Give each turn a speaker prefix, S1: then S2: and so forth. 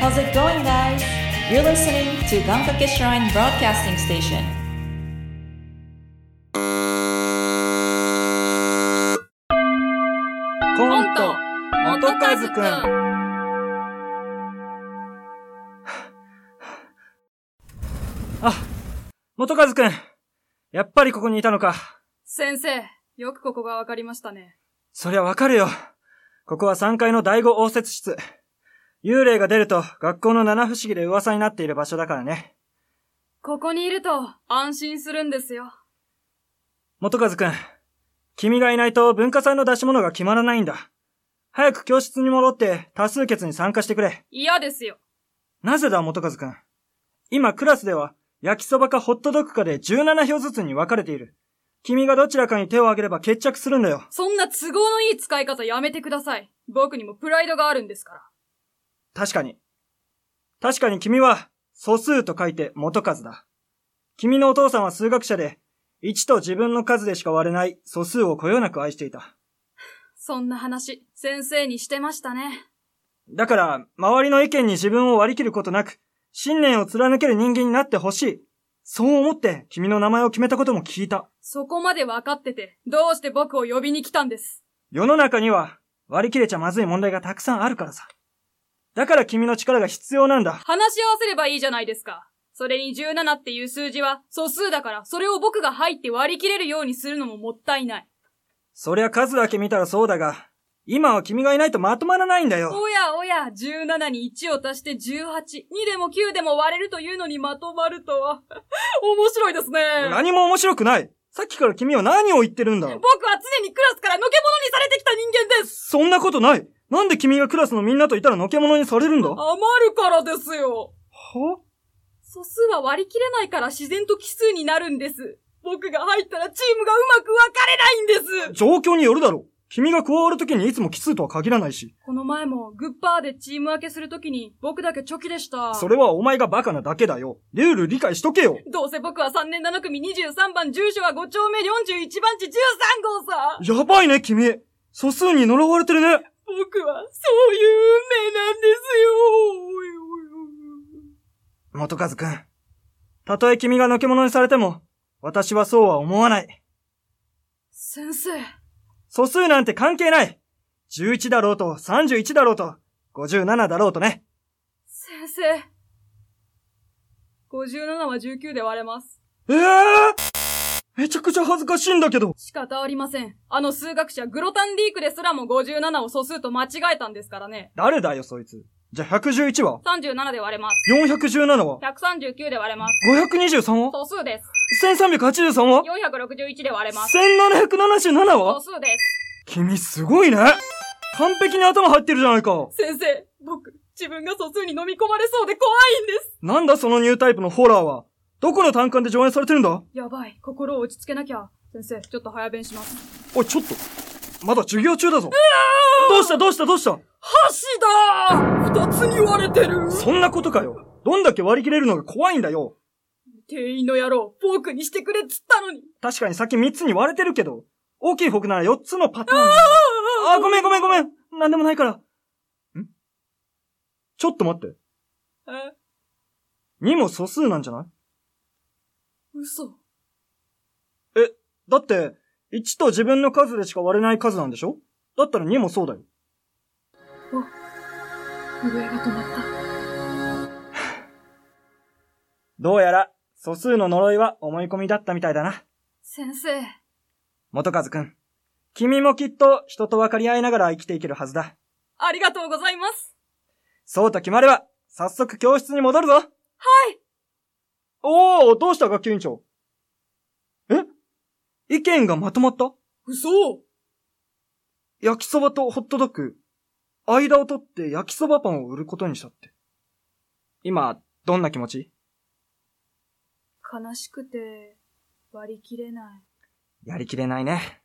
S1: How's it going, guys? You're listening to Gankake Shrine Broadcasting Station.
S2: コ
S3: ント元カズくん
S2: あ、元カズくん。やっぱりここにいたのか。
S3: 先生、よくここがわかりましたね。
S2: そりゃわかるよ。ここは3階の第5応接室。幽霊が出ると学校の七不思議で噂になっている場所だからね。
S3: ここにいると安心するんですよ。
S2: 元和くん、君がいないと文化祭の出し物が決まらないんだ。早く教室に戻って多数決に参加してくれ。
S3: 嫌ですよ。
S2: なぜだ、元和くん。今クラスでは焼きそばかホットドッグかで17票ずつに分かれている。君がどちらかに手を挙げれば決着するんだよ。
S3: そんな都合のいい使い方やめてください。僕にもプライドがあるんですから。
S2: 確かに。確かに君は素数と書いて元数だ。君のお父さんは数学者で、1と自分の数でしか割れない素数をこよなく愛していた。
S3: そんな話、先生にしてましたね。
S2: だから、周りの意見に自分を割り切ることなく、信念を貫ける人間になってほしい。そう思って君の名前を決めたことも聞いた。
S3: そこまでわかってて、どうして僕を呼びに来たんです。
S2: 世の中には割り切れちゃまずい問題がたくさんあるからさ。だから君の力が必要なんだ。
S3: 話し合わせればいいじゃないですか。それに17っていう数字は素数だから、それを僕が入って割り切れるようにするのももったいない。
S2: そりゃ数だけ見たらそうだが、今は君がいないとまとまらないんだ よ。
S3: おやおや、17に1を足して18、2でも9でも割れるというのにまとまるとは。 面白いですね。
S2: 何も面白くないさっきから君は何を言ってるんだ
S3: 僕は常にクラスからのけものにされてきた人間です。
S2: そんなことないなんで君がクラスのみんなといたらのけものにされるんだは
S3: 余るからですよ。素数は割り切れないから自然と奇数になるんです。僕が入ったらチームがうまく分かれないんです。
S2: 状況によるだろう君が加わるときにいつも奇数とは限らないし、
S3: この前もグッパーでチーム分けするときに僕だけチョキでした。
S2: それはお前がバカなだけだよ。ルール理解しとけよ
S3: どうせ僕は3年7組23番、住所は5丁目41番地13号さ。
S2: やばいね、君素数に呪われてるね
S3: 僕はそういう運命なんですよ。おいおいおい
S2: 元和くん。たとえ君がのけものにされても、私はそうは思わない。
S3: 先生、
S2: 素数なんて関係ない !11 だろうと、31だろうと、57だろうとね。
S3: 先生。57は19で割れます。
S2: ええめちゃくちゃ恥ずかしいんだけど。
S3: 仕方ありません。あの数学者グロタンディークですらも57を素数と間違えたんですからね。
S2: 誰だよ、そいつ。じゃあ、111は
S3: 37で割れます。
S2: ?417 は
S3: 139で割れます。
S2: ?523 は
S3: 素数です。
S2: ?1383 は
S3: 461で割れます。
S2: ?1777
S3: 素
S2: は
S3: 数です。
S2: 君すごいね完璧に頭入ってるじゃないか
S3: 先生、僕、自分が素数に飲み込まれそうで怖いんです。
S2: なんだそのニュータイプのホラーはどこの単館で上演されてるんだ
S3: やばい、心を落ち着けなきゃ。先生、ちょっと早弁します。
S2: おい、ちょっとまだ授業中だぞどうしたどうしたどうした
S3: 箸だー二つに割れてる
S2: そんなことかよどんだけ割り切れるのが怖いんだよ
S3: 店員の野郎、フォークにしてくれっつったのに
S2: 確かに先3つに割れてるけど、大きいフォークなら4つのパターン。あー、ごめんごめんごめん。なんでもないから。んちょっと待って。
S3: え、
S2: 2も素数なんじゃない
S3: 嘘。
S2: だって、1と自分の数でしか割れない数なんでしょだったら2もそうだよ。
S3: 震えが止まった。
S2: どうやら、素数の呪いは思い込みだったみたいだな。
S3: 先生、
S2: 元和くん。君もきっと人と分かり合いながら生きていけるはずだ。
S3: ありがとうございます。
S2: そうと決まれば、早速教室に戻るぞはいおー、どうした学級委員長え意見がまとまった
S3: 嘘
S2: 焼きそばとホットドッグ、間を取って焼きそばパンを売ることにしたって。今、どんな気持ち
S3: 悲しくて、割り切れない。
S2: やりきれないね。